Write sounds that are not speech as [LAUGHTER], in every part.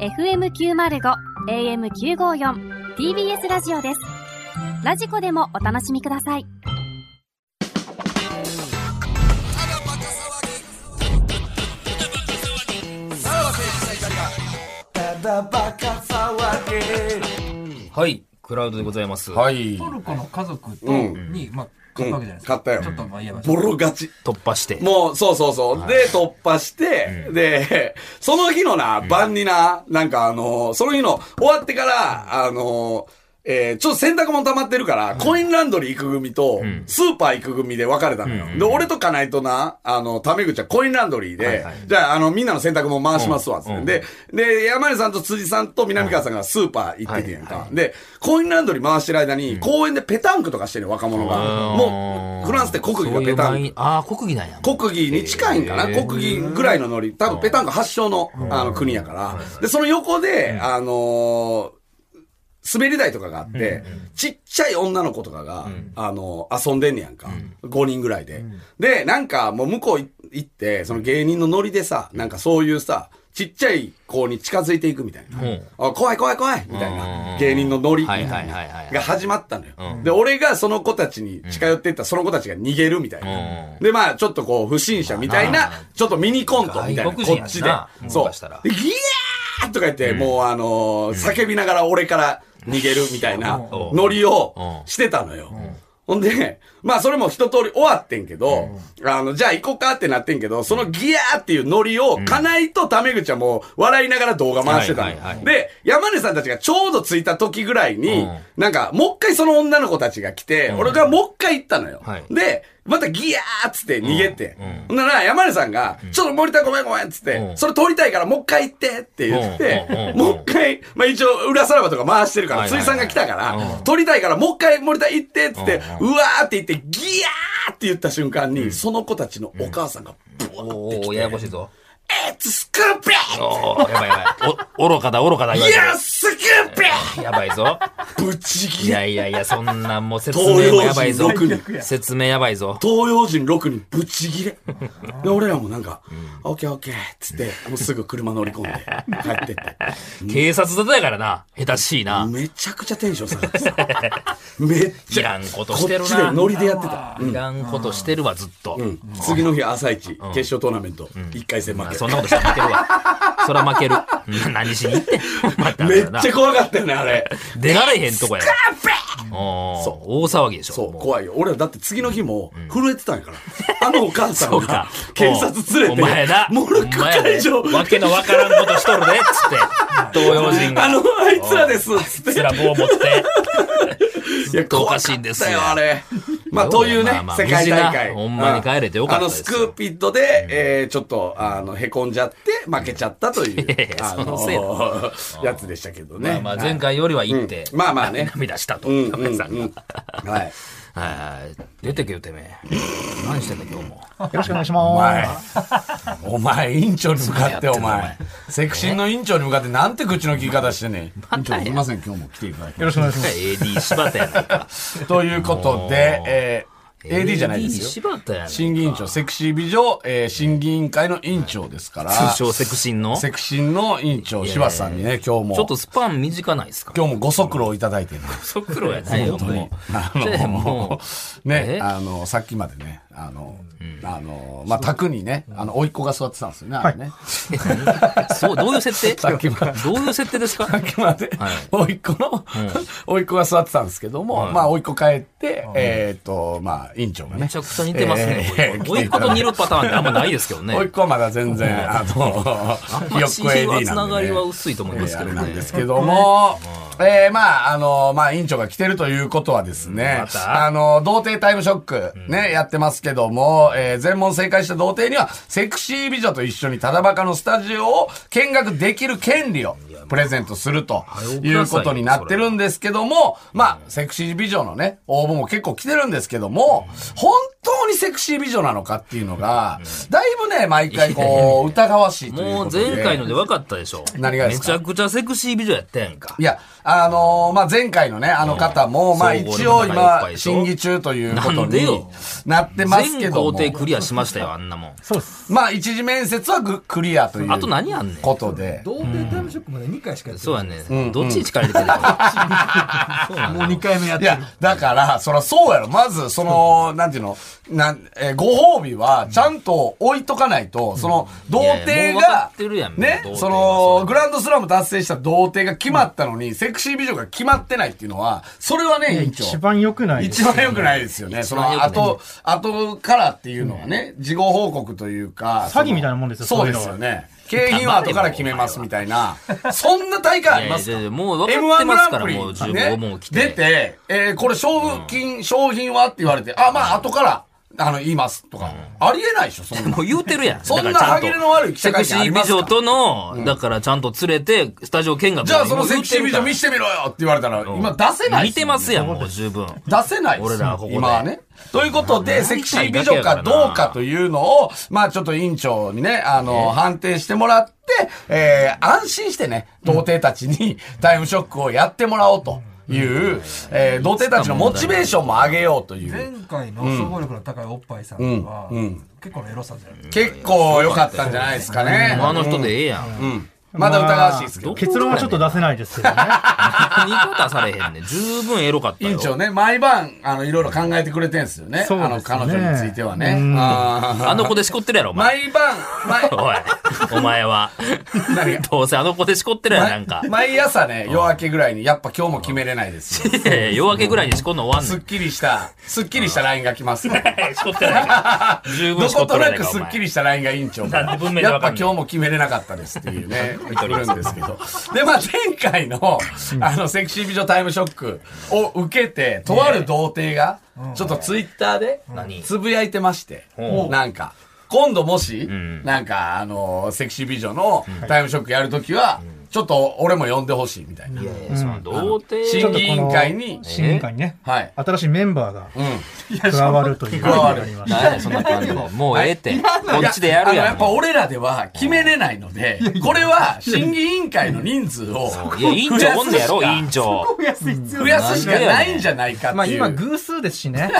FM905 AM954 TBS ラジオですラジコでもお楽しみくださいはい、クラウドでございます。はい。トルコの家族と、うんに、まあ、買ったわけじゃないです買か。ったよちょっと、まあ、言えば。ボロ勝ち。突破して。もう、そうそうそう。で、突破して、で、その日のな、晩にな、なんかあのー、その日の終わってから、あのー、えー、ちょっと洗濯物溜まってるから、コインランドリー行く組と、スーパー行く組で別れたのよ。で、俺とかないとな、あの、タメ口はコインランドリーで、はいはいじゃあ、あの、みんなの洗濯物回しますわ、つって、うんうんで、で、山根さんと辻さんと南川さんがスーパー行っててんやんか。はいはで、コインランドリー回してる間に、公園でペタンクとかしてるよ、若者が。もう、フランスって国技がペタンク。ク。ああ、国技なんや。国技に近いんかな、へー国技ぐらいのノリ。多分ペタンク発祥の,、あの国やから。で、その横で、あのー滑り台とかがあって、ちっちゃい女の子とかが、あのー遊んでんねやんか。5人ぐらいで。で、なんかもう向こうい行って、その芸人のノリでさ、なんかそういうさ、ちっちゃい子に近づいていくみたいな。うんあ怖い怖い怖いみたいうんな。芸人のノリみたいはいはいはいは。ないが始まったのよ。うんで、俺がその子たちに近寄っていったら、その子たちが逃げるみたいな。うんで、まあ、ちょっとこう、不審者みたいな、ちょっとミニコントみたいな、外国人こやっしちでな。そもうしかしたら。でギヤーとか言って、もうあのー叫びながら俺から逃げるみたいなうんノリをうんしてたのよ。ほんで、まあそれも一通り終わってんけど、あの、じゃあ行こうかってなってんけど、そのギヤーっていうノリを、かないとタメ口はもう笑いながら動画回してたのはいはいはよ。いで、山根さんたちがちょうど着いた時ぐらいに、うんなんか、もう一回その女の子たちが来て、ん俺がもう一回行ったのよ。はいで、またギヤーっつって逃げて。うんうんほんなら、山根さんが、ちょっと森田ごめんごめんっつって、うんそれ撮りたいからもう一回行ってって言ってうんうんうんう、んもう一回、まあ一応裏さらばとか回してるから、はいはい水はい産が来たから、うん撮りたいからもう一回森田行ってっつって、ううんわーって言って、ギヤーって言った瞬間に、その子たちのお母さんが、ブワーってお来お、て、ややこしいぞ。 It's stupid! おお、やばいやばい。お、愚かだ、愚かだ、言われて You're stupid! るやばいぞ。ぶちいギヤやいやいや、そんなもう説明もやばいぞ東洋人6。人説明やばいぞ。東洋人6人ぶち切 [LAUGHS] れ。で、俺らもなんか、オッケーオッケーっつって、もうすぐ車乗り込んで帰 [LAUGHS] ってって。警察沙汰やからな。下手しいな。めちゃくちゃテンション下がって [LAUGHS] た。めっいちゃ。らんことしてるこっちでな。ノリでやってた。いらんことしてるわ、ずっと。次の日朝一、決勝トーナメント、1回戦負まあけそん。なことしたら負けるわ。そら負ける。な何しに行ってんまためっなちゃ怖かったよね、あ [LAUGHS] れ。出られへんとこや。おーそ大騒ぎでしょ。そう、も怖いよ。俺らだって次の日も震えてたんやから。あのお母さんそうがか。 [LAUGHS] 警察連れて、お前な。モルック会場お前なわけのわからんことしとるで、つって。 [LAUGHS] 東洋人が。あの、あいつらですっつってつ。ら棒持 [LAUGHS] って。いや、とおかしいんですよ怖かったよ、あ [LAUGHS] れ。まあ、ようというねまあ、まあ世界大会。無事なほんまに帰れてよかったあの、ですスクーピッドで、えーちょっと、あの、へこんじゃって、負けちゃったといういやい、やあそのせい [LAUGHS] だやつでしたけどまねあ。まあ前回よりは行ってう。んまあまあね涙したと。うん山うんう根ん。さんが。はい。はいはい。出てけよ、てめえ。何してんだ、今日も。 [LAUGHS] よろしくお願いします。お前、委員長に向かってお前。セクシーの委員長に向かって、なんて口の聞き方してね。委員長、すみません、今日も来ていただきよろしくお願いします。 AD 柴田やな [LAUGHS] いか。ということで、えー AD じゃないですよ AD。柴田やないか審議委員長、セクシー美女、えー審議委員会の委員長ですから。通称セクシンの。セちクシーの委員長、柴田さんにね、今日も。ょっとスパン短ないですか今日もご足労いただいてね。そ苦労やないよ、もあう。 [LAUGHS] じゃあの、ももう、ねえ、あの、さっきまでね、あの、あの、まあ、宅にね、あの、甥いっ子が座ってたんですよね、あれね。う、そう、どういう設定さっきまでどういう設定ですかさっきまで、 [LAUGHS] 甥いっ子の、甥いっ子が座ってたんですけども、いまあ、甥いっ子帰って、えっと、まあ、委員長がねめち。ゃくちゃ似てますねえー。おいっ子と似るパターンってあんまないですけどね。甥いっ子はまだ全然、あの、あんひまよりっ親こ友は AD つななんがでりはね。薄いと思いえますーあけどれなんねで。すけども、えー、まあ、あの、まあ、委員長が来てるということはですねま、たあの、童貞タイムショック、ね、やってますけども、えー、全問正解した童貞には、セクシー美女と一緒にただバカのスタジオを見学できる権利をプレゼントするということになってるんですけども、まあ、セクシー美女のね、応募も結構来てるんですけども、本当にセクシー美女なのかっていうのが、だいぶね、毎回こう、疑わしいというもこうとで。前回ので分かったでしょ。何がですかめちゃくちゃセクシー美女やったやんかい。や、あのーまあ、前回のね、あの方も、うんまあ、総合一応でも仲良いっ今ぱい、でしょ審議中というこなとんでによなってますけ全ど工も、程クリアしましたよ、あんなもん。そうです。まあ、一次面接はぐクリアというあと何あんねん。ことで、童貞タイムショックまで2回しかやってそうないやね。どっちに力入れてるのそうなのもう2回目やっいてるや、だから、そらそうやろ。まず、その、なんていうの、なん、えーご褒美は、ちゃんと置いとかないと、その、童いや貞もう分かがってるやん、ねもう童貞、はそそれの、グランドスラム達成した童貞が決まったのに、セクシー美女が決まってないっていうのは、それはね、委員長。一番良くないです一番良くないですよね。その、後、後からっていうのはね、事後報告というか。詐欺みたいなもんですよそのそうそうでいうのはすよね。景品は後から決めますみたいな。そんな大会ありますいやかいやいやもう分かってますから、 M1 もうグランプ15リね問来出て。て、えーこれ賞金、商品はって言われて、あ、まあ、後から、あの、言いますとか。ありえないでしょ、そんな。もう言うてるやん。そんなだからちゃと歯切れの悪い記者会見ありますかセクシー美女との、だからちゃんと連れて、スタジオ見学じゃあ、そのセクシービジョン見せしてみろよって言われたら、今出せない見っすてよねますやん、もう十分。出せないです俺らはここで今はね。ということで、セクシー美女かどうかというのを、まあちょっと委員長にね、あの、判定してもらって、えー、安心してね、童貞たちに [LAUGHS] タイムショックをやってもらおうという、えー、童貞たちのモチベーションも上げようという。前回の総合力の高いおっぱいさんは、結構のエロさじゃない結構良かったんじゃないですかね。もうあの人でええやん。まだ疑わしいですけど。結論はちょっと出せないで [LAUGHS] すけどね。何個出されへんねん。十分エロかった委よ。員長ね、毎晩、あの、いろいろ考えてくれてんすよね。そうですねあの、彼女についてはね。うんあーあの子でしこってるやろ、お前。毎晩、毎、おい、お前は。どうせあの子でしこってるやろ、なんかま。毎朝ね、夜明けぐらいに、やっぱ今日も決めれないですよ。いやいや夜明けぐらいにしこんの終わんすねっきりした、すっきりしたラインが来ます。どん。しこってないから。十分しここってとるやなないくか、おすっ前き。りしたラインが委員長なんで文明でやわっかぱんの今日も決めれなかったですっていうね、来るんですけど。で、まあ前回の、あの、セクシー美女タイムショックを受けて、とある童貞が、ちょっとツイッターで何、つぶやいてまして、ほうなんか、今度もし、んなんか、あの、セクシー美女のタイムショックやるときは、ちょっと俺も呼んでほしいみたいな。いやその童ちょ貞っとこの審議委員会に審議会にね、はい新しいメンバーがうん。加わるという加わることになりました何やそんな感じもうええって。こっちでやいあのるややん。っぱ俺らでは決めれないので、これは審議委員会の人数をいや、委員長おんねやろ、増委やすしか員長。増やすしかないんじゃないかまっあていう。今偶数ですしねなん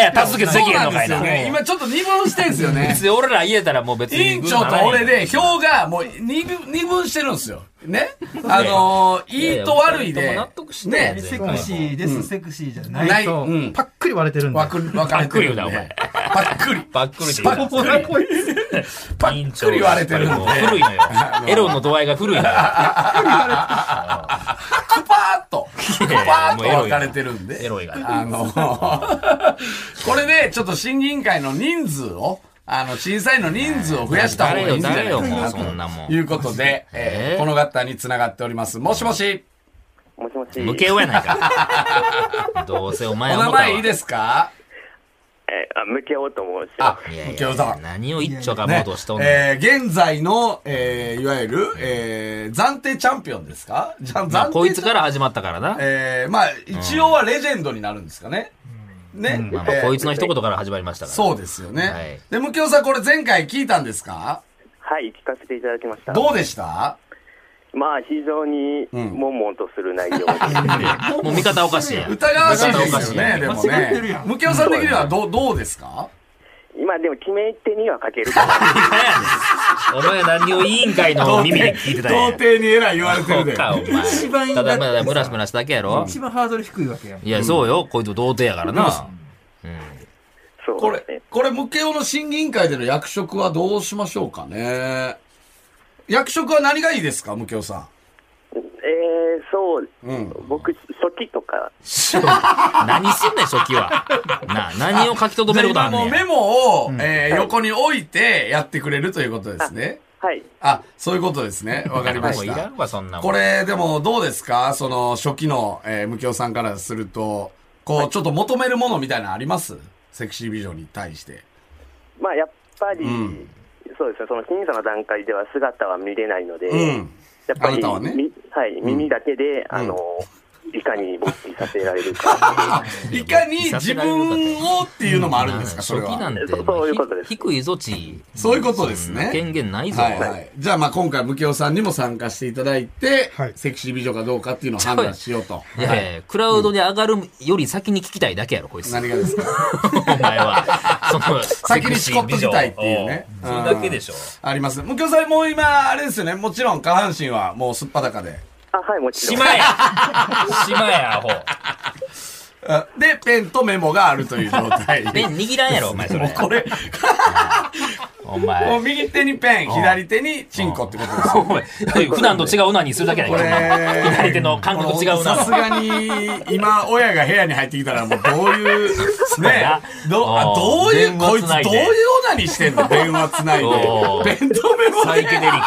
や、助けでそうきへんなのんかでいすなよ。ね。今ちょっと二分してんすよね [LAUGHS] 別。に俺ら言えたらもう別委に。員長と俺で、票がもう二分二分してるんですよ。ね。あのー、いいと悪いいやでいや納得し、てね。セクシーです、セクシーじゃないない、そううん。パックリ割れてるんでわ。く、わかれてるんでパックリだお前パックリ。ばっくりでパックリ。パックリ言われてるんで。古いのよ。エロの度合いが古いのよ。クパーッと、クいやパーッともうエロい分かれてるんで。エロいからあの、 [LAUGHS] これで、ちょっと審議委員会の人数を、あの、審査員の人数を増やした方がいいんじゃない誰よ、誰よ、もうかそんなもとん。いうことで、えーえーこの方に繋がっております。もしもし、もしもし。無形やないか。 [LAUGHS] どうせおお前は名思たわ前いいですかえー、あ、向けようと申しあます。、いやい右や京さん。何を一丁がもうねとしとんねん。えー現在の、えーいわゆる、えー暫定チャンピオンですかじゃ、暫定チまあ、ャンこいつから始まったからな。えーまあ、一応はレジェンドになるんですかね。ね。まあまあえーこいつの一言から始まりましたから。そうですよね。はいで、無京さん、これ前回聞いたんですかはい、聞かせていただきました。どうでしたまあ、非常に、悶々とする内容で、もう見方おかしいやん。疑わしいですよね、疑でわもしいやん間違ってるねや。ん無京さん的にはどう、どうですか今でも決め手には欠ける [LAUGHS] かな。お前何を委員会の耳で聞いてたんや童ん。貞にえらい言われてるで。か、お一番い前。いんだたってだ、まだムラムラしただけやろ。一番ハードル低いわけやんいや、そうよ。こいつ童貞やからな。そこうですねれ。、これ無京の審議委員会での役職はどうしましょうかね。役職は何がいいですか、無京さえー、そう、ん僕、初期とか、何すんねん、初期は。なあ、何を書きん。留めることあんもね。うんメモを、えー横に置いてやってくれるということですね。はい。あ、そういうことですね。わかりましもういらたん。わ、そんなもんこれ、でもどうですかその、初期の、えー、無教さんからすると、こう、ちょっと求めるものみたいなのありますセクシービジョンに対して。まあ、やっぱり、んそうですね、その僅差の段階では姿は見れないので、うん。やっぱあなり、たはねみはい、耳だけで、あの、いかに勃起させられ [LAUGHS] るか。いかに自分をっていうのもあるんですか、それ初期なは。んて、そそういうことですひ低いぞ、地位。そういうことですねそんな権限ないぞ。はいはい。じゃあまあ今回、ムキオさんにも参加していただいて、はいセクシー美女かどうかっていうのを判断しようと。いやいや、クラウドに上がるより先に聞きたいだけやろ、こいつ。何がですかお [LAUGHS] 前は。その、先にしこっときたいっていうねセクシー美女をそれだけでしょ。あります。ムキオさんもう今、あれですよね。もちろん下半身はもうすっぱだかで。あ、はい、もちろ島ん。や島 [LAUGHS] や、アホ。あで、ペンとメモがあるという状態。 [LAUGHS] ペン握らんやろ、お前それ。 [LAUGHS] もうこれ、おも前う。右手にペン、左手にチンコってことですよ。お前普段と違うオナニーするだけやないこか、れお前左手の感覚と違うな。さすがに、今、親が部屋に入ってきたら、もうどう [LAUGHS] いう、ねや、どあおどうういう、電話こいつつどうないいうでオナニーしてんの電話つないでお。ー弁当メモサイケデリで。ックよ。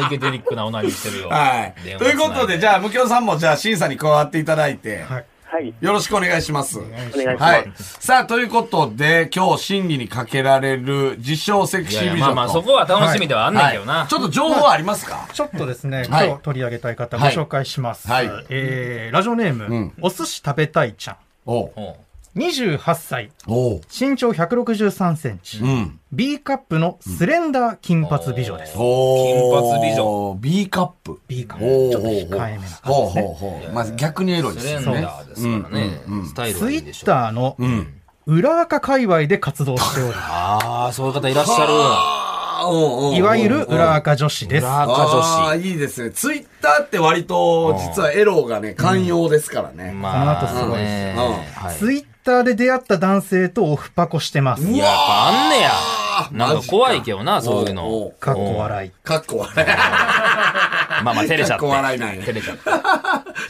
サイケデリックなオナニーしてるよ。はい。ということで、じゃゃあ、ムキオさんも、じゃあ、審査に加わっていただいて、はい。はい。よろしくお願いします。お願いします。はい。さあ、ということで、今日審議にかけられる、自称セクシー美女と。まあまあ、そこは楽しみではあんねんけどな。はいちょっと情報ありますかちょっとですね、はい今日取り上げたい方ご紹介します。はいはいえー、ラジオネーム、んお寿司食べたいちゃおうおう。ん。28歳、おう身長163センチ、うん。 B カップのスレンダー金髪美女です。お金髪美女。B カップ。 B カッおうプ。ちょっとおう控えめなほうほ感じですうね。ほう。まあ逆にエロいでスすレよンね。ダーですからね。スタイルツはいイいでしッょ。ターの裏垢界隈で活動しており、ああ、そういう方いらっしゃあーお [LAUGHS] うおうおういわゆる裏垢女子る。です。裏垢女ああ、子。いいですね。ツイッターって割と、実はエロがね、寛容ですからね。まこの後すごいですねうんはいツイッターで出会った男性とオフパコしてます。いややっぱあんねや。なんか怖いけどな、おそういうの。おかっこ笑い。かっこ笑まあまあ、照れちゃって。かっこ笑いなんや照れちゃっ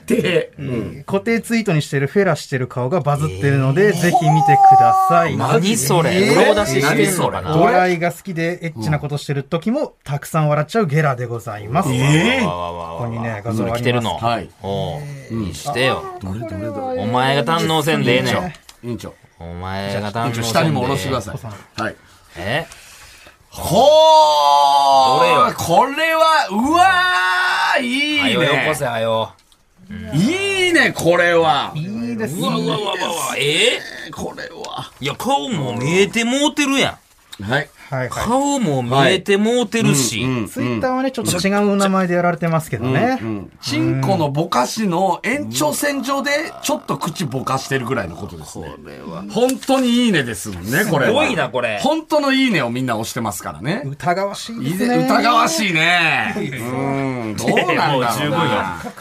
て。い。で、うん固定ツイートにしてるフェラしてる顔がバズってるので、ぜひ見てください。何それ。えーうろ出ししてんのかおな。笑いが好きでエッチなことしてる時も、たくさん笑っちゃうゲラでございます。わわわわここにね、画像それがあ着てりるます。の。はいおうにしてよ。どれどれどれ。お前が堪能せんでええねん。委員長。お前が堪委員長、能せんでええ下にも下ろしてくださお子さい。はい。えほーこれは、うわーはいいよよこせね。はよ。いいね、これは。いいですうわうわうね。わうわうわ。ええこれは。いや、顔も見えてもうてるやん。はい。はいはい。顔も見えてもうてるし。ツイッターはね、ちょっと違う名前でやられてますけどね。チンコのぼかしの延長線上で、ちょっと口ぼかしてるぐらいのことですね。これは。本当にいいねですもんね、これは。すごいなこれ本当のいいねをみんな押してますからね。疑わしいいでいすねね。疑わしいね。うん、どうなんだろうな。もう十分よ。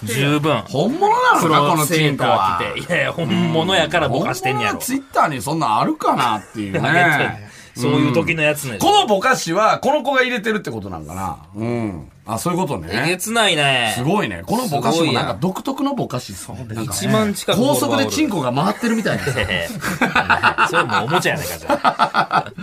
十分。本物なのか、このチンコは。セーター着て。いやいや、本物やからぼかしてんやろ。ツイッターにそんなんあるかなっていうね。そういう時のやつね。このぼかしは、この子が入れてるってことなんかな。うん。あ、そういうことえげね。つないね。すごいね。このぼかしすごもいやなんんか独特のぼかしそうなんか1万近く高速でチンココ。が回ってるみたいなさ。ち [LAUGHS] それもうおもちゃやないかじゃょっ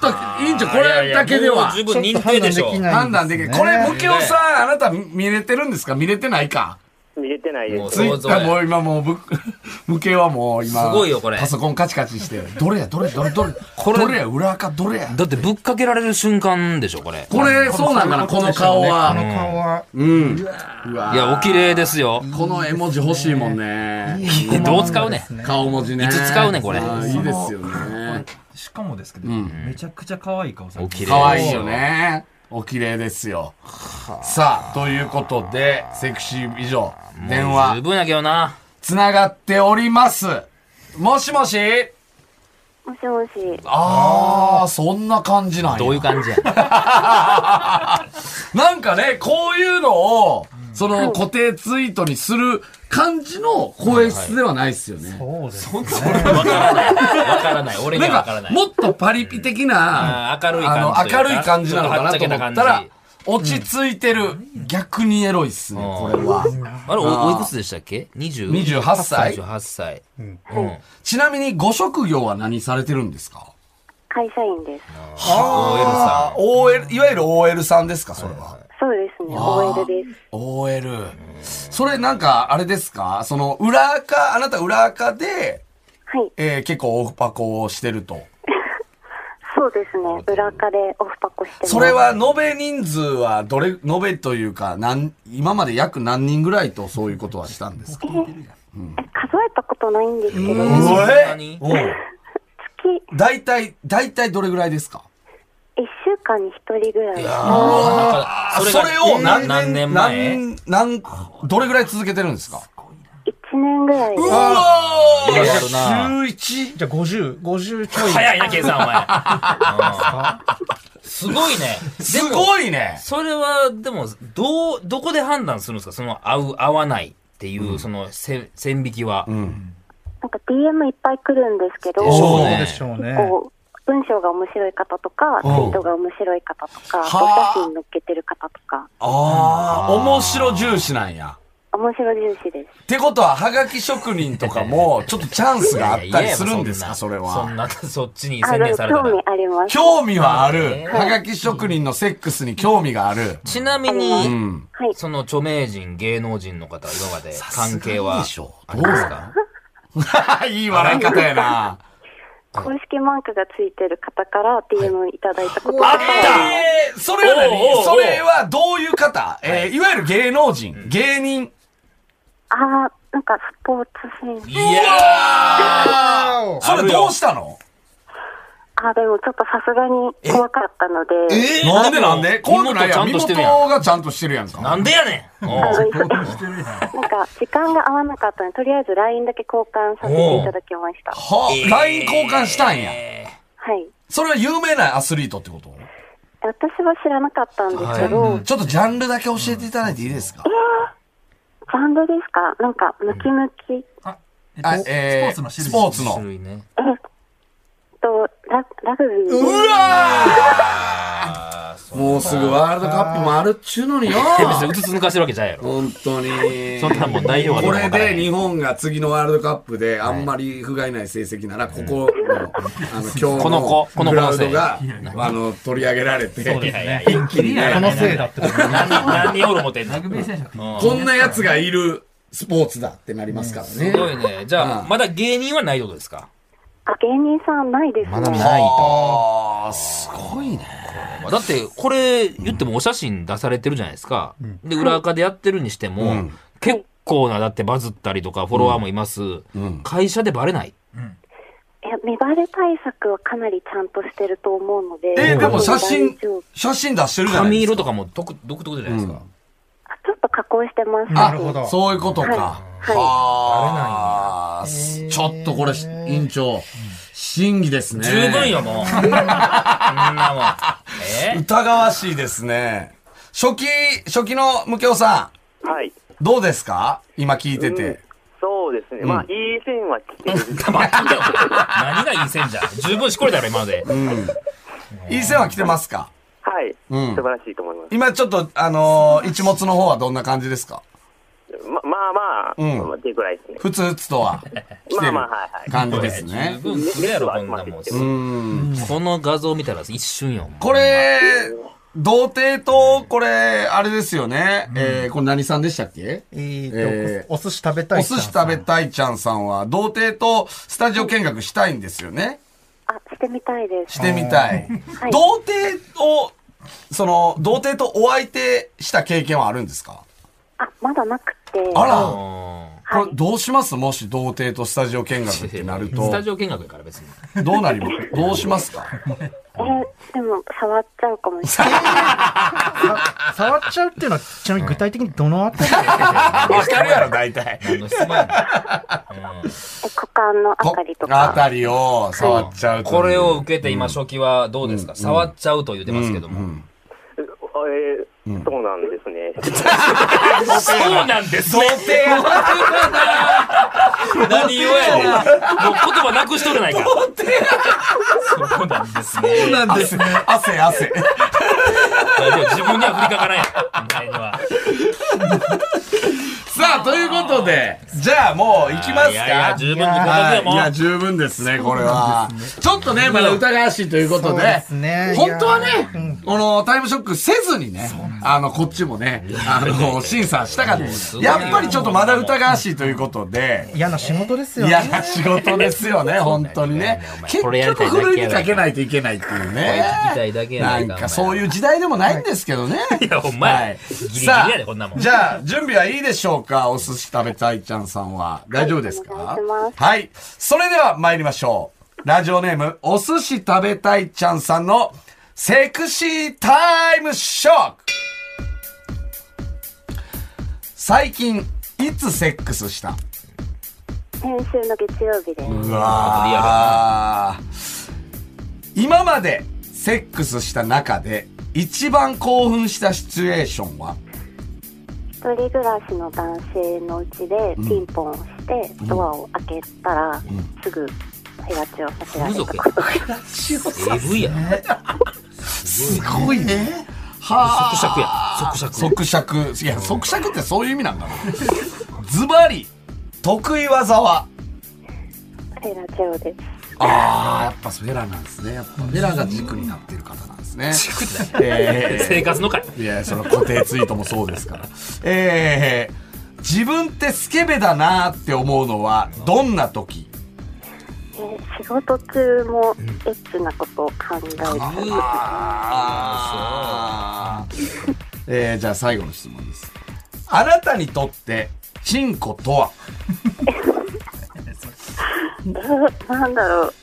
と、委員長、こあ。れだけではいやいやもう十分認定でしょ。ちょっと判断できない。これ、ムキオさん、あなた見れてるんですか見れてないか見れてないでもうす。ツイッターもう今もうぶ、 [LAUGHS] ムキオはもう今、すごいよこれパソコンカチカチして、どれや、どれ、どれ、どれ、これどれや、裏垢、どれや。だってぶっかけられる瞬間でしょ、これ。これ、そうなんかな、この顔このは。顔は、うん。うわいや、お綺麗ですよ。この絵文字欲しいもんね。どう使うねん。顔文字ね。いつ使うねこれあーいいですよね。しかもですけど、めちゃくちゃ可愛い顔されおて綺麗。可愛いよ。ね。お綺麗ですよ。さあ、ということで、セクシー美女、電十話、分やけどな。つながっております。もしもしもしもし、あー、そんな感じなんや。どういう感じや。なんかね、こういうのを、その固定ツイートにする感じの声質ではないですよね。そうです。わからない。わからない。俺にはなわんからかな、い。もっとパリピ的な、あー明るい感じというあの明かるい感じなのかなと思っちたょっとはっちゃけたら感じ、落ち着いてる。逆にエロいっすね、これは。あれ、おおいくつでしたっけ ?20 28歳28歳。うん。ちなみに、ご職業は何されてるんですか会社員です。はあ、OL いわゆる OL さんですか、それは。そうですね、OL です。 OL。それなんか、あれですかその、裏垢、あなた裏垢で、はい、えー結構オフパコをしてると。そうですね、裏垢でオフパコしてます。それは、延べ人数は、どれ、延べというか、なん、今まで約何人ぐらいとそういうことはしたんですかえ数えたことないんですけど、う月わにおう大体、大体どれぐらいですか1週間に1人ぐらい。あーそだれからそれをが何何何年前何、何どれぐらい続けてるんですか1年ぐらいでうす。わいろいろやるな。ー !11! じゃあ50、50ちょい。早いな、計算、お [LAUGHS] 前。うんすごいね。すごいねそれは、でも、どう、どこで判断するんですかその、合う、合わないっていう、その、せ線引きは。なんか DM いっぱい来るんですけど、でしょそううねでしょうね。こう文章が面白い方とか、ツイートが面白い方とか、はおあ写真載っけてる方とか、ああ、面白重視なんや。面白重視です。ってことは、はがき職人とかも、ちょっとチャンスがあったりするんですか、それそは。んな、そっちにあ、専で念もされた興ら味。あります。興味はあるえ。ーはがき職人のセックスに興味がある。ちなみうに、ん。はい。その著名人、芸能人の方、今まで関係はさすがでしょありますかいい笑い方やな。公式マークがついてる方から DM いただいたこととあか、ったそれはおうおうお何うそれはどういう方えーいわゆる芸能人、芸人。ああ、なんかスポーツ選手。いやそれどうしたのあー、でもちょっとさすがに怖かった [LAUGHS] ので、えなんでなんで怖くないやん。身身元ちゃんとして元るやんがちゃんとしてるやんーなか。んでやねんおあうのなんか時間が合わなかったので、とりあえず LINE だけ交換させていただきました。はえーあ、LINE 交換したんや。はい。それは有名なアスリートってこと私は知らなかったんですけど、ちょっとジャンルだけ教えていただいていいですかジャンルですかなんか、ムキムキえっとあえスーポーツの種ス類ポーツ種の。類ね。とララグビーで、あー、そう。もうすぐワールドカップもあるっちゅうのによ。別にうつつ抜かしてるわけじゃんやろ。 [LAUGHS] 本当に。そんなもん代表こがどれうかわからへでん日本が次のワールドカップであんまり不甲斐ない成績なら、ここの、 [LAUGHS] あの、この子今日このの子グラのウせいドが、あの、取り上げられいて、やいやいや、気になる。このせいだってことね。何人おる思てんのラグビー選手って言うこんな奴がいるスポーツだってなりますからね。すごいね。じゃあ、うんまだ芸人はないってことですかあ、芸人さんないですね。いああ、すごいね。だって、これ言ってもお写真出されてるじゃないですか。で、裏垢でやってるにしても、結構な、だってバズったりとか、フォロワーもいます。ん会社でバレない。いや、見バレ対策はかなりちゃんとしてると思うので。えーでも写真大丈夫、写真出してるじゃない髪です色か。とかも独独特じゃないですか。あちょっと加工してます。なるほど。そういうことか。はいはあ、ちょっとこれ、委員長、審議ですね。十分よ、もう。そんなもん。え疑わしいですね。初期、初期の無教さはい。ん、どうですか今聞いてて。そうですね。まあ、いい線は来てる。黙ってんだよ。何がいい線じゃん。十分しこれだろ、今まで。いい線は来てますかはい。うん素晴らしいと思います。今ちょっと、あのー一物の方はどんな感じですかままあまあ、うんまあっていうぐらいですね。ふつふつと [LAUGHS] は、来てまあるまあ、はいはい。感じですね十。分するやろ、こんなもん。うん。この画像見たら一瞬よ。これ、童貞と、これ、あれですよね。えー、これ何さんでしたっけえーとえーお寿司食べたおい。寿司食べたいちゃんさんは、童貞とスタジオ見学したいんですよね。あ、してみたいです。してみた [LAUGHS] いい。童貞を、その、童貞とお相手した経験はあるんですかあ、まだなくて。あらうんはいこれどうしますもし童貞とスタジオ見学ってなるスとタ、ジオ見学やから別に。どうなりますどうしますかえーでも触っちゃうかもしれない。さ触っちゃうっていうのは、ちなみに具体的にどのあたりわかるやろ、大体。何の質問やねんうんえ股間のあたりとあか。たりを触っちゃうというこれを受けて今初期はどうですか触っちゃうと言ってますけども。えーそうなんですね。 [LAUGHS] そうなんですね。童貞やな何言おうやねん。もう言葉なくしとるないか。そうなんですね。そうなんですね。汗、汗。大丈夫。自分には振りかからんやん。お前のは。さあ、ということで、じゃあもう行きますか。いやいや十分にここだはけいもういや、十分ですね、これは。ちょっとね、まだ疑わしいということそうでですね、本当はねいやーうん、このタイムショックせずにね、あの、こっちもね、あの、審査したかった。ごいなやっぱりちょっとまだ疑わしいということで、嫌な仕事ですよね。嫌な仕事ですよね、本当にね。結これやりた局、いだけふやないるいにかけないかといけないっていうね。聞きたいだけやなないんかかそういう時代でもないんですけ [LAUGHS] どね。いやほんまやギリギリやでこんなもんじゃあ、準備はいいでしょうかお寿司食べたいちゃんさんは。大丈夫ですかお願いしますはい。それでは参りましょう。ラジオネーム、お寿司食べたいちゃんさんのセクシータイムショック最近、いつセックスした先週の月曜日です。うわー今までセックスした中で一番興奮したシチュエーションは一人暮らしの男性のうちでピンポンをして、ドアを開けたら、すぐヘラチオさせられたことがありますえぐいやん。すごいねはあ即尺や即即尺尺いや即尺ってそういう意味なんだろうズバリ得意技はヘラチオです。ああやっぱフェラなんですねやっぱフェラが軸になってる方なんですね軸 [LAUGHS] 生活の会。いや、その固定ツイートもそうですから。 [LAUGHS] えー、自分ってスケベだなーって思うのは、どんな時えー仕事中もエッチなことを考えてますあえー、じゃあ最後の質問です。あなたにとって、チンコとはえーなんだろう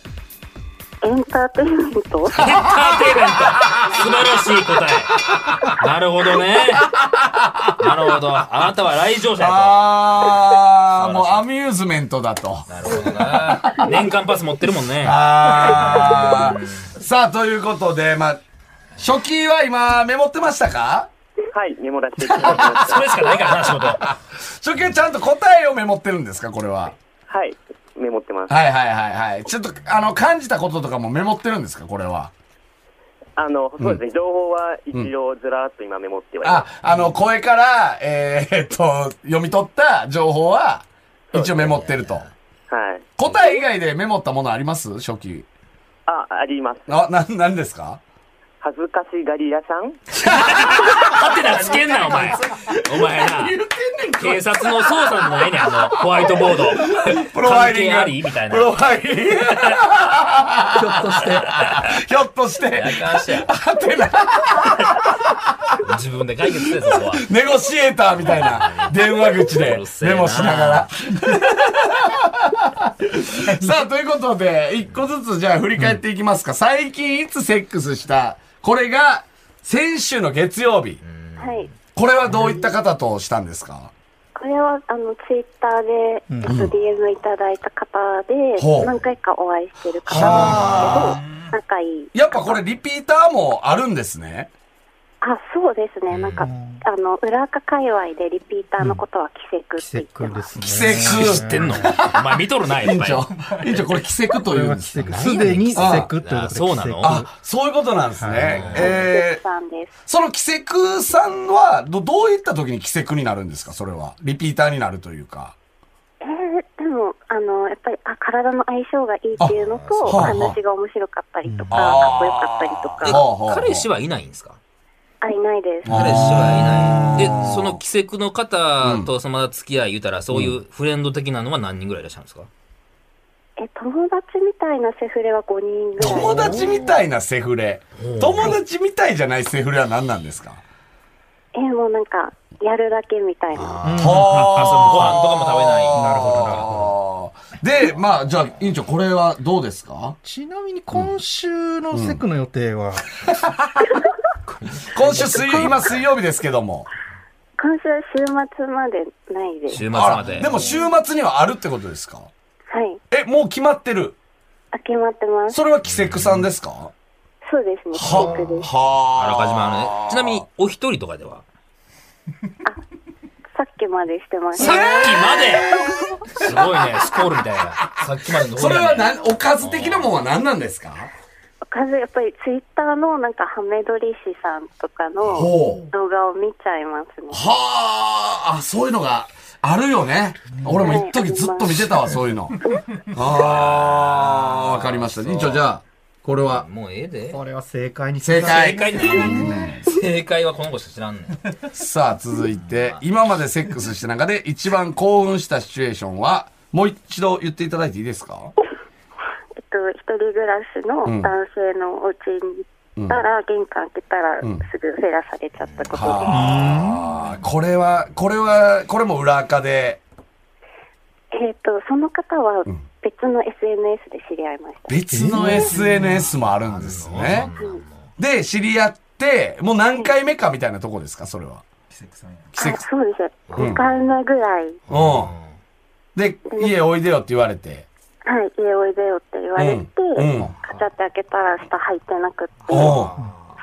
エンターテインメ [LAUGHS] ントエンターテイメント。素晴らしい答え。なるほどね。なるほど。あなたは来場者やあー、もうアミューズメントだと。と。年間パス持ってるもんね。あー。さあ、ということで、まあ、初期は今、メモってましたかはい、メモらせていただきまし [LAUGHS] それしかないからな、仕事。初期はちゃんと答えをメモってるんですかこれは。た。はい、メモってます。はいはいはいはい。ちょっと、あの、感じたこととかもメモってるんですかこれは。あの、そうですね、情報は一応ずらーっと今メモってはいまあ、あの、声から、えー、っと、読み取った情報は、一応メモってると。す。はい。答え以外でメモったものあります初期。あ、あります。あ、な、なんですか恥ずかしがり屋さん勝手なつけんな、お前。お前な。警察の捜査のないねん、あの、ホワイトボード。プロファイ関係ありリング。みたいなプ。ロファイリ [LAUGHS] ング。ひょっとして。ひょっとして。やかんしや。 [LAUGHS] 自分で解決せ、そこは。ネゴシエーターみたいな電話口でうるせえメなモしながら。 [LAUGHS] さあ、ということで、一個ずつじゃあ振り返っていきますか。最近いつセックスしたこれが先週の月曜日。はいこれはどういった方としたんですかこれはあのツイッターで、あと DM いただいた方で、ほう何回かお会いしてる方なんですけど仲いいやっぱこれリピーターもあるんですね。あそうですねなんか、あの裏垢界隈でリピーターのことは奇跡って言っ奇て跡ま、ですすね。奇跡。知ってんのお前見とるな、や委っ員ぱり。長、委員長これ奇跡とこいれうんはです奇ね跡。すでに奇跡ということで。そうなの奇跡あ、そういうことなんですね。奇え跡ー、さんですその奇跡さんはど、どういった時に奇跡になるんですかそれは。リピーターになるというか。えーでもあのやっぱりあ体の相性がいいっていうのと、あはあはあ話が面白かったりとか、あーかっこよかったりえとか彼氏ははいないんですかあいないです彼氏はいない。あーで、その奇跡の方とそのまだ付き合い言うたら、そういうフレンド的なのは何人ぐらいいらっしゃるんですかえ友達みたいなセフレは5人ぐらい友達みたいなセフレ。友達みたいじゃないセフレは何なんですかえもうなんかやるだけみたいなはなるほどなるど。で、まあ、じゃあ、委員長、これはどうですかちなみに今週のセクの予定は、今週水曜、今水曜日ですけども。今週は週末までないで週す末あまら、で。でも週末にはあるってことですかはいえ、もう決まってるあ決まってますそれは奇跡さんですかはそうですね契約ですはあらかじめあのね。ちなみに、お一人とかではさっきまでしてましさったきまですごいね、スコールみたいな。さっきまでのそれはな、おかず的なもんは何なんですかおかまずやっぱりツイッターのなんかハメ撮り師さんとかのほう。動画を見ちゃいますね。はあ、あそういうのがあるよね。俺も一時ずっと見てたわ、そういうの。ああ、わかりました。院長、じゃあ、これはもうええで。これは正解に正正解。解なん正解はこの子しか知らんねん。さあ、続いて、今までセックスした中で一番興奮したシチュエーションは、もう一度言っていただいていいですかえっと、一人暮らしのん男性のお家に行ったら、玄関開けたらんすぐフェラされちゃったことで、はあ、これは、これは、これも裏垢で、えっと、その方は別の SNS で知り合いました。別の SNS もあるんですね。で、知り合って、もう何回目かみたいなとこですか、それは。奇跡あそうです。2回目ぐらい、うん。で、家おいでよって言われて。はい、家おいでよって言われて、うんうんカチャって開けたら下履いてなくって、おう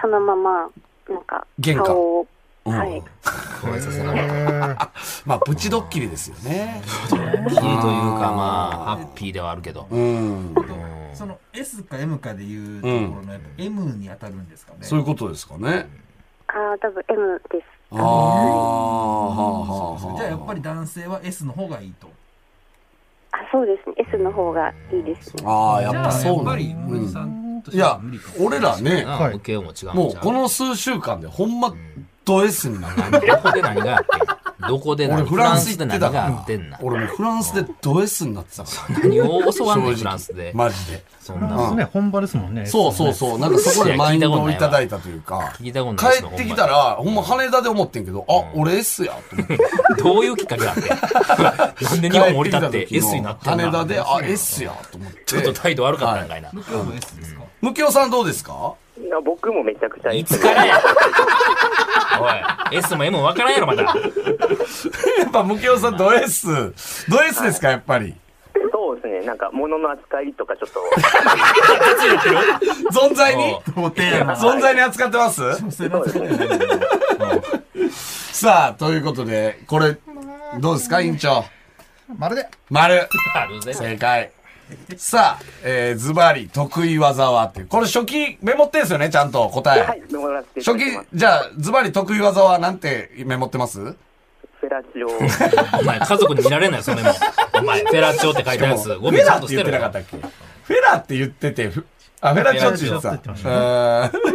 そのまま、なんか玄、関顔を、うんはい。まあ、プチドッキリですよね。いいというか、まあ、ハッピーではあるけど。うん。その S か M かでいうところのやっぱ M に当たるんですかね。そういうことですかね。あー、多分 M です。ああ、はあ、はあ、はあ。じゃあやっぱり男性は S の方がいいと。あ、そうですね。S の方がいいです。ああ、やっぱじゃあそやうっなぱんり森うんさんとしいてはや無理か。、俺らね、なあ、はい受けようも違うんもちうゃこの数週間でほんまド S になる。どこで何があってんどこで俺何フランス行でって何たがあかってんらな。。俺もフランスでド S になってたから。何を教わん正ねん、フランスで。マジで。そんなそうのですね、本場ですもんね。そうそうそう。なんかそこでマインドをいただいたというか。聞いたことない帰ってきたら、ほんま羽田で思ってんけど、あ、俺 S やと思って。どういうきっかけだって。 [LAUGHS] なんで日本降り立って帰きた時 S のになってん羽な田で、あ、S やと思って。ちょっと態度悪かったんかいな。今日も S ですか。ムキオさんどうですか [LAUGHS] いや僕もめちゃくちゃいいいつからや。おい、S も M もわからんやろ、まだ。やっぱムキオさんド S。ド S ですか、やっぱり。そうですねなんか物の扱いとかちょっと [LAUGHS] 存在にお手やな。存在に扱ってますそうですねさあ、ということで、これ、どうですか、委員長。まるで、丸。あるぜ。正解。さあ、えー、ズバリ、得意技はっていう。これ初期メモってんすよね、ちゃんと答え。はいメモらせていた初だき期ます、じゃあ、ズバリ得意技はなんてメモってますフェラチオ [LAUGHS] お前、家族に見られんない、それも。お前、フェラチオって書いたやつ、でもゴフミェちゃラんっとて捨言てってるなかっよた。っけフェラって言ってて、フあ、フェラチョって言ってた。フェラチョって言ってましたうん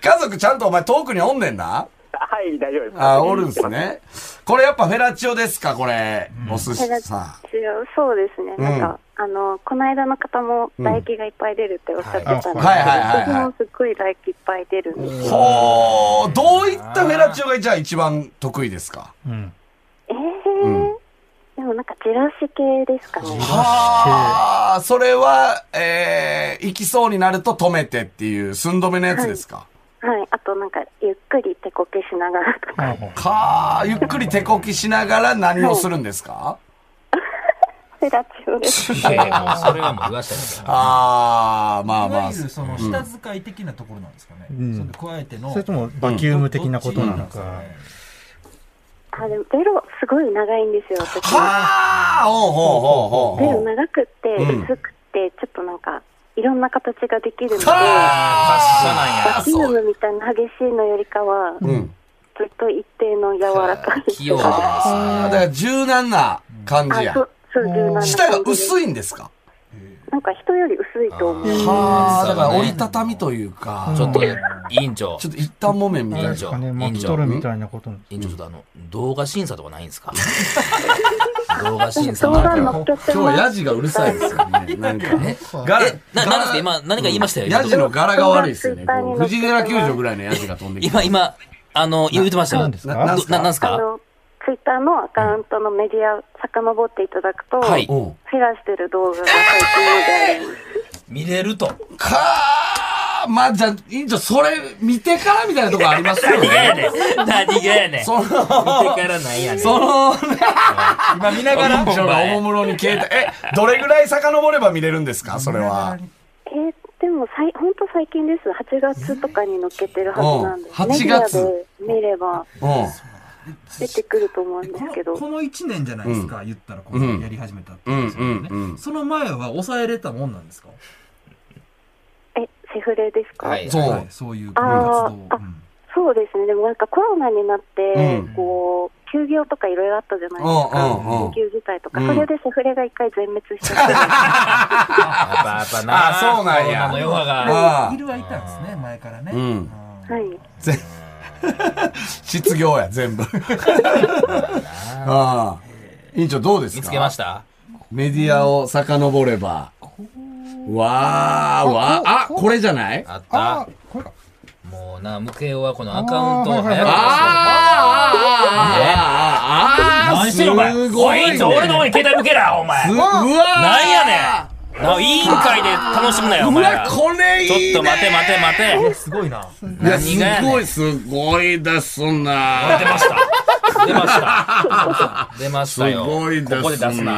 [LAUGHS] 家族ちゃんとお前遠くにおんねんな。はい大丈夫ですあ、おるんすね。これやっぱフェラチオですか、これ。お寿司さん。違う、そうですね。なんか、あの、この間の方も唾液がいっぱい出るっておっしゃってたんですけど、はいはいはいはいはい私もすっごい唾液いっぱい出るんですよ。ほー、どういったフェラチオがじゃあ一番得意ですかうん。えー、でもなんか、ジラシ系ですかね。はあ、それは、えー、行きそうになると止めてっていう寸止めのやつですか、はい。あとなんか、ゆっくり手こけしながらとか、かあ、ゆっくり手こきしながら何をするんですか、フェラチオです。いやいや、もうそれはもう言わしたらいいかああ、まあいまわあゆ。るその下遣い的なところなんですかね。うんそれ加えての。それとも、バキューム的なことなのどっかち。ですあ、でも、ベロ、すごい長いんですよ、私は。はあ、おうほうほうベほうロほう。長くって、うん薄くて、ちょっとなんか、いろんな形ができるので、あバキュームみたいな激しいのよりかは、う。うん。ずっと一定の柔らかい [LAUGHS] ら。。器用じゃああ、だから柔軟な感じあ、やそ。う、そう、柔軟な感じです。舌が薄いんですかなんか人より薄いと思う。はあ、だからそうね折りたたみというか、ちょっと、ないですか。委員長ちょ、っと一旦もめみたいな委員。長かね、委員巻き長取るみたいなこと。委員長、ちょっとあの、動画審査とかないんですか動画審査動な画ん乗かっ。けて今日はまヤす。ジがうるさいですよね。なんかね。え、な、なんですか今、何か言いましたよ、ヤジの柄が悪いですよね。ツイッターにこう載って藤寺球場ぐらいのヤジが飛んできて今、。今、あの、言うてましたよ。ななんですかどななんすあかの、ツイッターのアカウントのメディア、遡っていただくと、はいフうんェラしてる動画が最近まであります。見れると。かーまあじゃあ、委員長、それ見てからみたいなとこありますよ何がやね。ねん。何がやねん。その、見てからないやねん。その、今見ながら。委員長がおもむろに携帯、え、どれぐらい遡れば見れるんですかそれは。えーでもさい、本当最近です。8月とかに乗っけてるはずなんで、うんメディ8ア月で見ればう出てくると思うんでこすのけど、この1年じゃないですか、言ったらこうんうやり始めたってことですよね、うんうんうんその前は抑えれたもんなんですかえ、セフレですか、はい。そうはいそういう活あ動ーあそうですね、でもなんかコロナになって、うんこう、休業とかいろいろあったじゃないですか、うんうんうん緊急事態とか、うんそれでセフレが一回全滅しち [LAUGHS] ゃって、やっぱ、やっぱな。あそうなんやコロナのヨガが。あいるはいたんですね、前からね。あ。うん。は。はいい、失業や、全部。 [LAUGHS] ああ。委員長どうですか見つけましたメディアを遡れば。わあ、わあ、あ、これじゃないあっあたー。これか。もうな、ムケオはこのアカウントを早く出しあーあーあーあーあーろあーあー何してるお前すごいおねいちょ俺の方に携帯向けらお前すうなわんやねんな委員会で楽しむなよおう前わらこれいいちょねっと待て待て待てすごいな。いや何がやすねんごいすごいですな出ました出ました出ましすたよごいですなここで出すな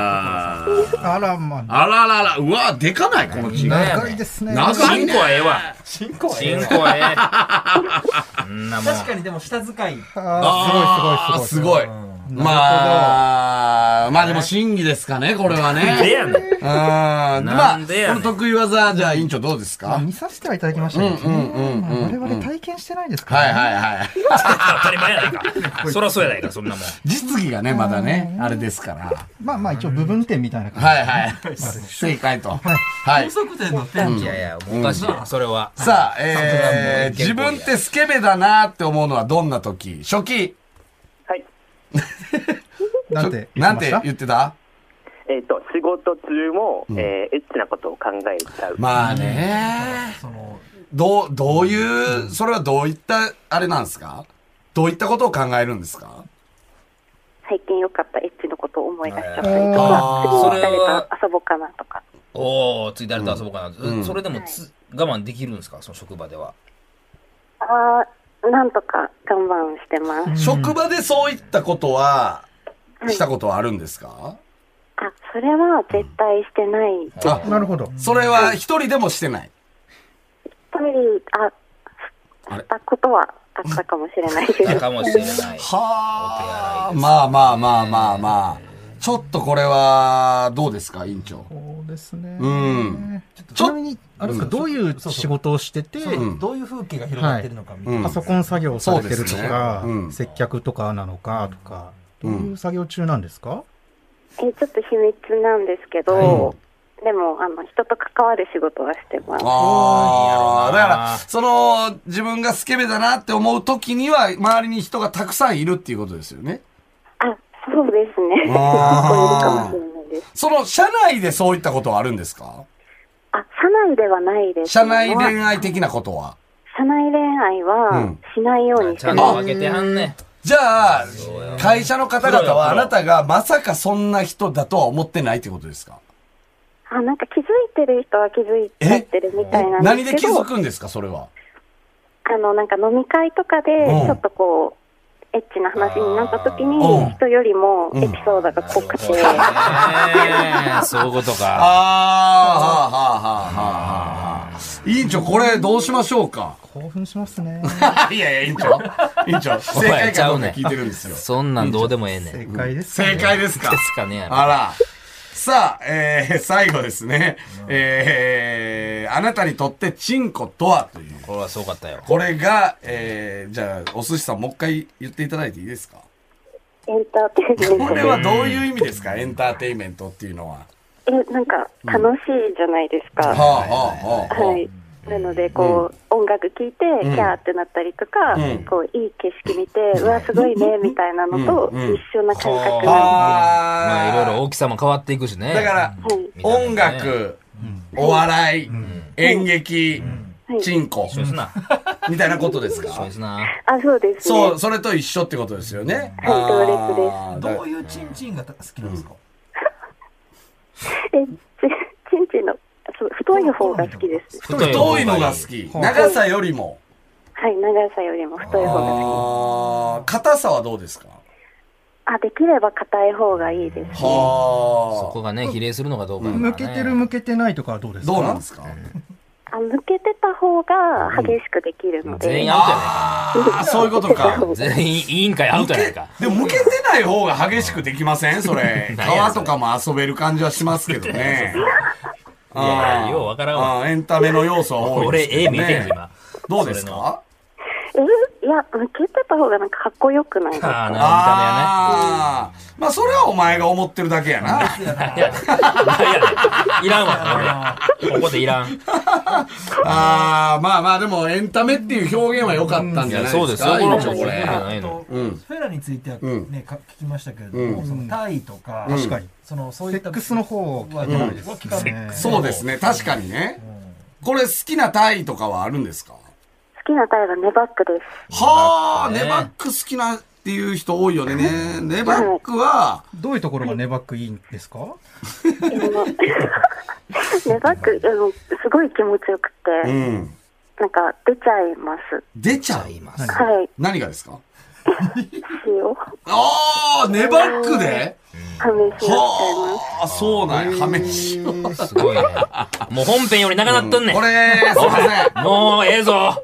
あら、まあ、あらららうわでかないこのチーム長いですね。長い進ね行はええわ進行進行はええんなもん確かにでも下遣い。ああーーすごいすごいすごい。すごいまあまあでも審議ですかねこれはでねやねんうんまなあんでやこねのん得意技じゃあ委員長どうですまあか見させてはいただきましたけどね。まあ我々体験してないですからはね。いはいはい当たり前やないかそらそうやないかそんなもん [LAUGHS] 実技がねまだねあれですからまあまあ一応部分点みたいな感はいはい。正解と。はい高。速点の点いやいやおかしいなそれはさあ、えー、そ自れはもう分ってスケベだなって思うのはどんな時初期はい。じ。なんて、なんて言ってたえっ、と、仕事中も、えーエッチなことを考えちゃう。まあね。その、どう、どういう、それはどういった、あれなんですかどういったことを考えるんですか最近良かったエッチのことを思い出しちゃったりとあか、ーそ次れ誰はと遊ぼうかなとか、おお次誰と遊ぼうかな、んそれでもつ我慢できるんですかその職場ではあーなんとか我慢してます。職場でそういったことは、したことはあるんですかあ、それは絶対してない。あ、なるほど。それは一人でもしてない。トイレ、あ、あれしたことはあったかもしれないけどだ。かもしれないはあ、まあまあまあまあまあ。ちょっとこれは、どうですか、委員長。そうですね。うんちなみに、あれですか、どういう仕事をしてて、どういう風景が広がってるのかみたいうんな。パソコン作業をされてるそうとですねか、うん接客とかなのかとか、どういう作業中なんですか、えちょっと秘密なんですけど、でもあの人と関わる仕事はしてます。ああ、いいだやかろなら、その、自分がスケベだなって思う時には、周りに人がたくさんいるっていうことですよね。あ、そうですね。結構いるあーかもしれないです。その、社内でそういったことはあるんですかあ、社内ではないです。社内恋愛的なことは。社内恋愛うはんしないようにしちてゃんまとす。分けてはんねんじゃあ、会社の方々はあなたがまさかそんな人だとは思ってないってことですかあ、なんか気づいてる人は気づいてるみたいなん何でですけ気ど、づくんですかそれは。あの、なんか飲み会とかで、うんちょっとこう、エッチな話になった時にうん、人よりもエピソードが濃くて、 [LAUGHS] ねえそういうことああ、かはあ、はあ、はあ、はあ、はあ。委員長、これどうしましょうか興奮しますね。 [LAUGHS] いやいや、委員長。 [LAUGHS] 委員長、正解かどうか聞いてるんですよ。そんなんどうでもええねん正解で [LAUGHS] す、正解ですかですかねやろあら。さあ、えー、最後ですね。えー、あなたにとってチンコとはという。これはすごかったよこれが、えー、じゃあ、お寿司さんもう一回言っていただいていいですかエンターテインメントでこれはどういう意味ですかエンターテインメントっていうのは。え、なんか楽しいじゃないですか。はあ、ははあ、はあ。い。なので、こう、音楽聴いて、キャーってなったりとか、うんこう、いい景色見て、うわ、すごいね、みたいなのと、うんうん一緒な感覚なんまあいあーろいろ大きさも変わっていくしねだから、です。はい。見た目ね音楽、お笑い、演劇、はいチンコ、一緒にすなみたいなことですか一緒にすなあ、そうですね。そう、それと一緒ってことですよね。はい同列ですあーだどういうチンチンが好きなんですかえ、ち、ちんちんの、そう、太い方が好きです。太太いのが好き。長さよりも。はい、長さよりも太い方が好き。あー硬さはどうですかあ、できれば硬い方がいいです。そはこがね比例するのかどうか [LAUGHS] 向けてる向けてないとかはどうであ。すかどうなんですかあ、向けてた方が激しくできるので。全員アウトやないかあーそういうこと [LAUGHS] か。全員委員会アウトやないか [LAUGHS] でも、向けてない方が激しくできませんそれ。 [LAUGHS] なんや川 [LAUGHS] とかも遊べる感じはしますけどね。いやようわからんわ。あーエンタメの要素は多い俺、絵見えてねんぞ、今。どうですそれのかえいや、抜けてた方がなんかかっこよくないですかああ、ああーまあそれはお前が思ってるだけやな。 [LAUGHS] なるほど見た目はね。いらんわ、これ。ここでいらん。ああ、まあまあでもエンタメっていう表現は良かったんじゃないですか。そうですよ、これ今ものうこれ。ないの。うんフェラについてはうんね、か聞きましたけれども、その体位とか、確かに。そのそういセっッたクスの方を聞かないですは聞かないね。そうですね、確かにね。これ好きな体位とかはあるんですか好きなタイがネバックです。はあ、ねネバック好きなっていう人多いよね。ねネバックは、どういうところがネバックいいんですかでも [LAUGHS] ネバック、でもすごい気持ちよくうて、ん。なんか出ちゃいます。出ちゃいます。はい、何がですか塩。ああ、ネバックではめしちゃいます。はあ、そうなんや。はめしよう。すごいね。もう本編より長なっとんねんこ。れ、すいま [LAUGHS] せん。もうええぞ。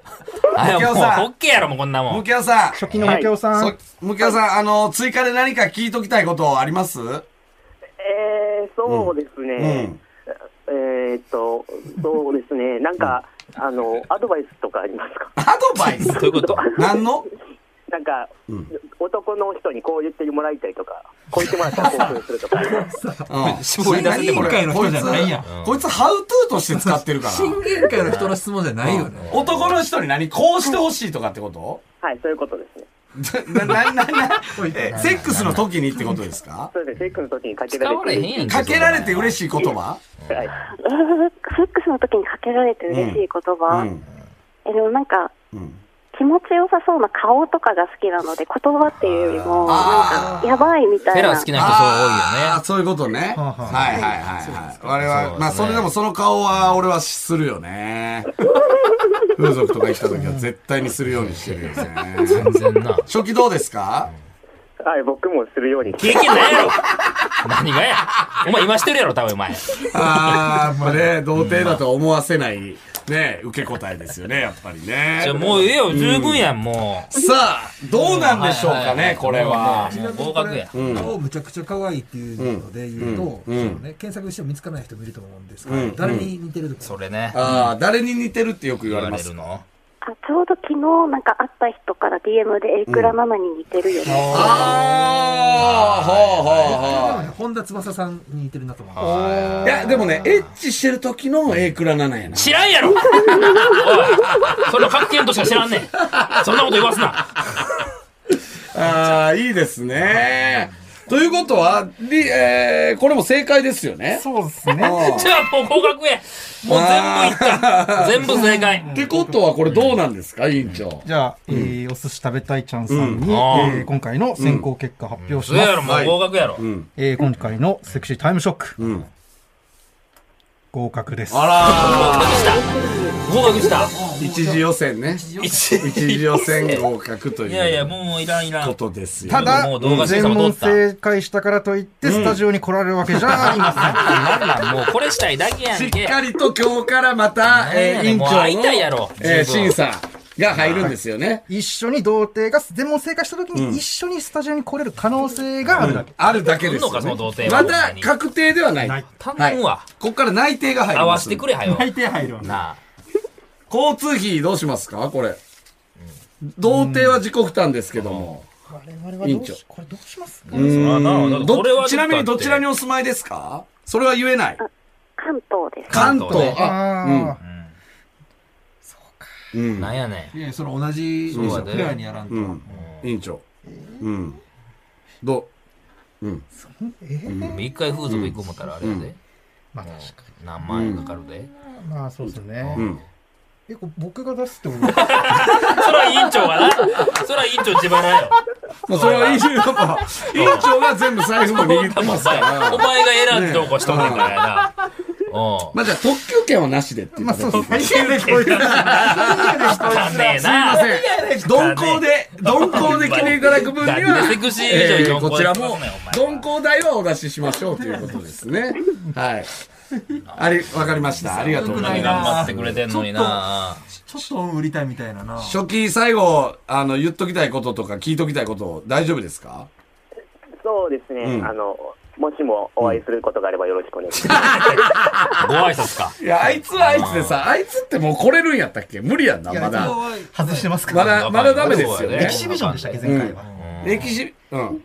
あいや、もう右京さんホッケーやろ、もうこんなもムん。キヤさ [LAUGHS] ん。初期の武雄さん、そムキヤさん、あの、追加で何か聞いときたいことありますえー、そうですうね、ん。えーっと、そうですね、なんか、あの、アドバイスとかありますかアドバ [LAUGHS] イスどういうこと何のなんか、ん男の人にこう言ってもらいたいとか、こう言ってもらったら興奮する [LAUGHS] とか、うん絞り出せてもらえるこいつ人じゃないやんこいつ、ハウトゥーとして使ってるから。人間界の人の質問じゃないよね。男の人に何こうしてほしいとかってことはい、そういうことですね。な、な、な、 [LAUGHS] な、えセックスの時にってことですかそうですね、セックの時にかけら使れわれへてんやんかけられて嬉しい言葉はい、えー、セックスの時にかけられて嬉しい言葉、うん。えでもなんかうん。気持ちよさそうな顔とかが好きなので言葉っていうよりもあーなんかやばいみたフェいなラ好きな人そう多いよあねー。そういうことね。ははあいはあはいはいはい。我そうです々、ねまあそれでもその顔は俺はするよ [LAUGHS] ね。風俗とか行った時は絶対にするようにしてるよね。全然な。初期どうですかはい、僕もするように。経験ないやろ。何がや。お前今してるやろ、多分お前。ああ、まあね、童貞だとは思わせない、ね、受け答えですよね、やっぱりねじゃあ。もうええよ、十分やん、もう。さあ、どうなんでしょうかね、これは。もう合格や。顔むちゃくちゃ可愛いっていうので言うと、うんうんそのね、検索しても見つからない人もいると思うんですが、うん誰に似てるとか、それね。ああ、誰に似てるってよく言言われわまれする。の。あちょうど昨日なんか会った人から DM でエイクラママに似てるよね、ああ、ほうほうほう。本田翼さんに似てるなと思う。いや、でもね、エッチしてる時の A クラ7やな。知らんやろおいそれの各県としか知らんねん。そんなこと言わすな。ああ、いいですね。ということは、りえー、これも正解ですよね。そうですね。じゃあもう合格や。もう全部いった。全部正解。ってことは、これどうなんですか、委員長。じゃあ、えーお寿司食べたいちゃんさんうに、んえー今回の選考結果発表しそうますやろ、。もう合格やろ。えー今回のセクシータイムショック、ん合格です。あ合格した。らー、一次予選ね。一一次予選合格という。いやいや、もういらんいらん。こもとですよ。ただもう動画、審査全も問通った正解したからといって、スタジオに来られるわけじゃありません。うこれしたいだけやしっんけ。かりと今日からまた、えー、委員もう長の、会いたいやろえー、十分審査が入るんですよね。 [LAUGHS] 一緒に童貞が全問正解したときに、一緒にスタジオに来れる可能性があるだけ。あるだけですよ、来んのかその童ね。貞はまだ確定ではない。頼むわ。ここから内定が入り合まわすせんで。てくれはよ。定入るわなあ。交通費どうしますかこれ。童貞は自己負担ですけども。我々はどう委員し、これどうしますかうんどこれはちなみにどちらにだお住まいですかそれは言えない。関東です関東。関東ねあ、うんあ。うってんなんやねいやその同じそうやでフェアにやらんと。うん。委員長。うん。どううん。ん。一回風俗行く思ったらあれやで。まあ確か何万円かかるで。に。まあそうですね。うん。え、これ僕が出すってことそれは委員長が [LAUGHS] な。それは委員長自腹よ。まあ、それはいいよ。委員長が全部財布も握っておますか前ら。お前が選んでおこしとんねんからやな。おまあ、じゃあ特急券はなしでっていうまあ形そうでですすね。 [LAUGHS] こいつうん。ねえすいま [LAUGHS] な。せん。鈍行で、鈍行で来ていただく分になん [LAUGHS] は、でセクシー以上にえー鈍行こちらで来まもすねお前、鈍行代はお出ししましょうということです [LAUGHS] ね。はい。あれ、わかりました。ありがとうござい頑張まってす。くれてんのにな。ちょっと恩売りたいみたいなな。初期最後、あの、言っときたいこととか聞いときたいこと、大丈夫ですかそそうですね、うんあの、もしもお会いすることがあればよろしくお願いします。ご挨拶か。いや、あいつはあいつでさ、あいつってもう来れるんやったっけ無理やんな、まだ。外してますかまらだ、まだダメですよね。エキシビションでしたっけ前回は、は。エキシ、うん。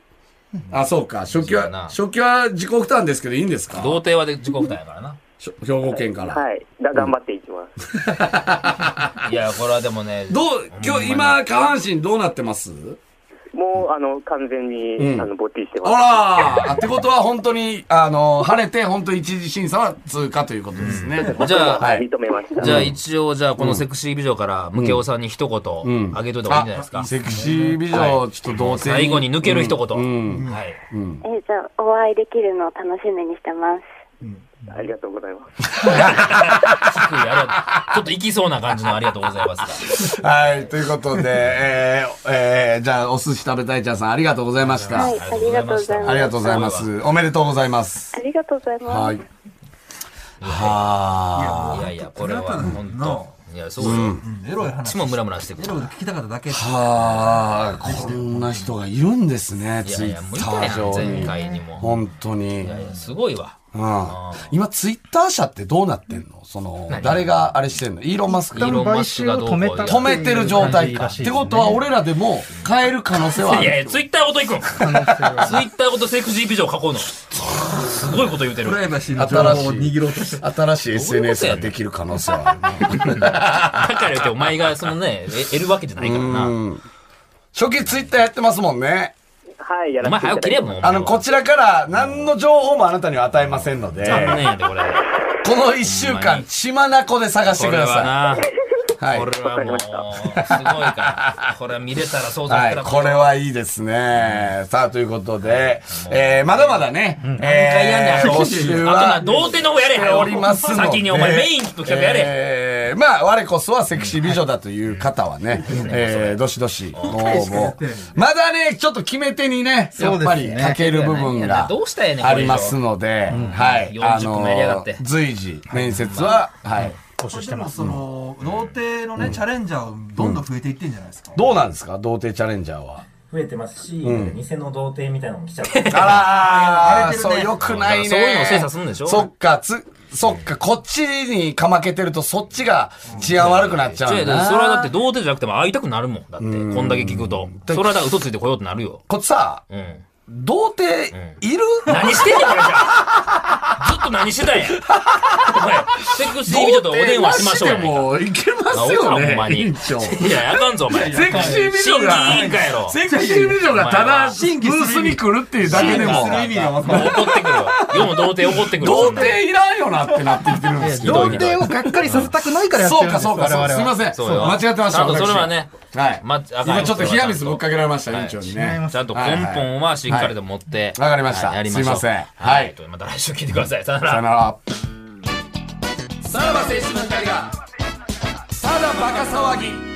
あ、そうか。初期は、初期は自己負担ですけど、いいんですか童貞は自己負担やからな。しょ兵庫県から。 [LAUGHS] はい。だ頑張っていきます。いや、これはでもね、どう、今日、今、下半身どうなってますもう、あの、完全に、うんあの、ぼっちりしてます。あらーってことは本当に、あの、晴れて、本当に一次審査は通過ということですね。じゃあ、はい。認めました。じゃあ一応、じゃあこのセクシー美女から、ムケオさんに一言、あげといた方がいいんじゃないですか。セクシー美女、ちょっと同性最後に抜ける一言。うんはい。うん。えじゃあお会いできるのを楽しみにしてますありがとうございます。低いあれちょっと行きそうな感じのありがとうございますが。はい、ということで、えー、えー、じゃあ、お寿司食べたいちゃんさん、ありがとうございました。はいありがとうございますありがとうございます。おめでとうございます。ありがとうございます、はい。はあ。いやいや、これは本の当。いや、そうよ。エロこいっ話ちもムラムラしてくるエ。ロい聞きたかっただけはあ、こんな人がいるんですね、いやツいイや、無ッ理タだよ、ー上前に。回にも。本当に。いやいや、すごいわ。うん。今、ツイッター社ってどうなってんのその、誰があれしてんのイーロン・マスクイーロンマスクがどうこう言う止めてる状態か。らっしいてですねことは、俺らでも変える可能性はあいやいる。や、ツイッターごと行くん。ツイッターごとセクシー美女を囲うの。すごいこと言うてるプ。ライバシーの情新報をし握ろうとい、新しい SNS ができる可能性はあるね。だから言って、お前がそのね、え得るわけじゃないからな。おうん初期ツイッターやってますもんね。はい、やら前せて早起きいただれもきん。ます。お前はあの、こちらから何の情報もあなたには与えませんので、残念やで、これ。この一週間、血まなこで探してこくれださはな。い。はいこ。れはもう、すごいから。これは見れたら想像したはい、ら。これはいいですね。さあ、ということで、えー、まだまだね、えー、募集あとはな、童貞の方やれしておりますので。先にお前メインと企画やれ。えーまあ、我こそはセクシー美女だという方はね、えー、どしどし、ご応募。まだね、ちょっと決め手にね、やっぱり欠ける部分がどうしたらええねんこあれ以上りますので、はい、あ40分もやりやがって随時、面接は、はい。でもその童貞のねチャレンジャーどんどん増えていってんじゃないですかどうなんですか童貞チャレンジャーは。増えてますし、偽の童貞みたいなのも来ちゃって [LAUGHS] あらー、そう、よくないね。そういうのを精査するんでしょそっか、つ、そっか、こっちにかまけてると、そっちが治安悪くなっちゃ違うう違んうだな。それはだって童貞じゃなくても会いたくなるもん。だって、こんだけ聞くと。それはだから嘘ついてこようってなるよ。こっちさ、うん。童貞いる、何してんねん、これじゃあ。ずっと何してたんや。お前、セクシー美女とお電話しましょう童貞なやなでもいか。いけまなおすさんよほねんま。に。い [LAUGHS] 委員長。や、あかんぞ、お前。セクシー美女が審議委員会やろ。セクシー美女がただ、ブースに来るっていうだけでもす、る意味が分かもう怒ってくるわ。世も童貞怒ってくるわ。童貞いらんよなってなってきてるんですけど。ど童いひどい貞をがっかりさせたくないからやってそうるんでか、すそうか、我そう々か。はすいません。そうよ間違ってましちた。ゃんとそれはね私はい。まあかんよ今ちょっと冷や水ぶっかけられました、はい委員長にね。ちゃんと根本はしっかりと持って。はいわかりましたはいやりましょうすいませんははいい。というまた来週聞いてください。さよなさよら。なら。さらば青春の光が、ただバカ騒ぎ。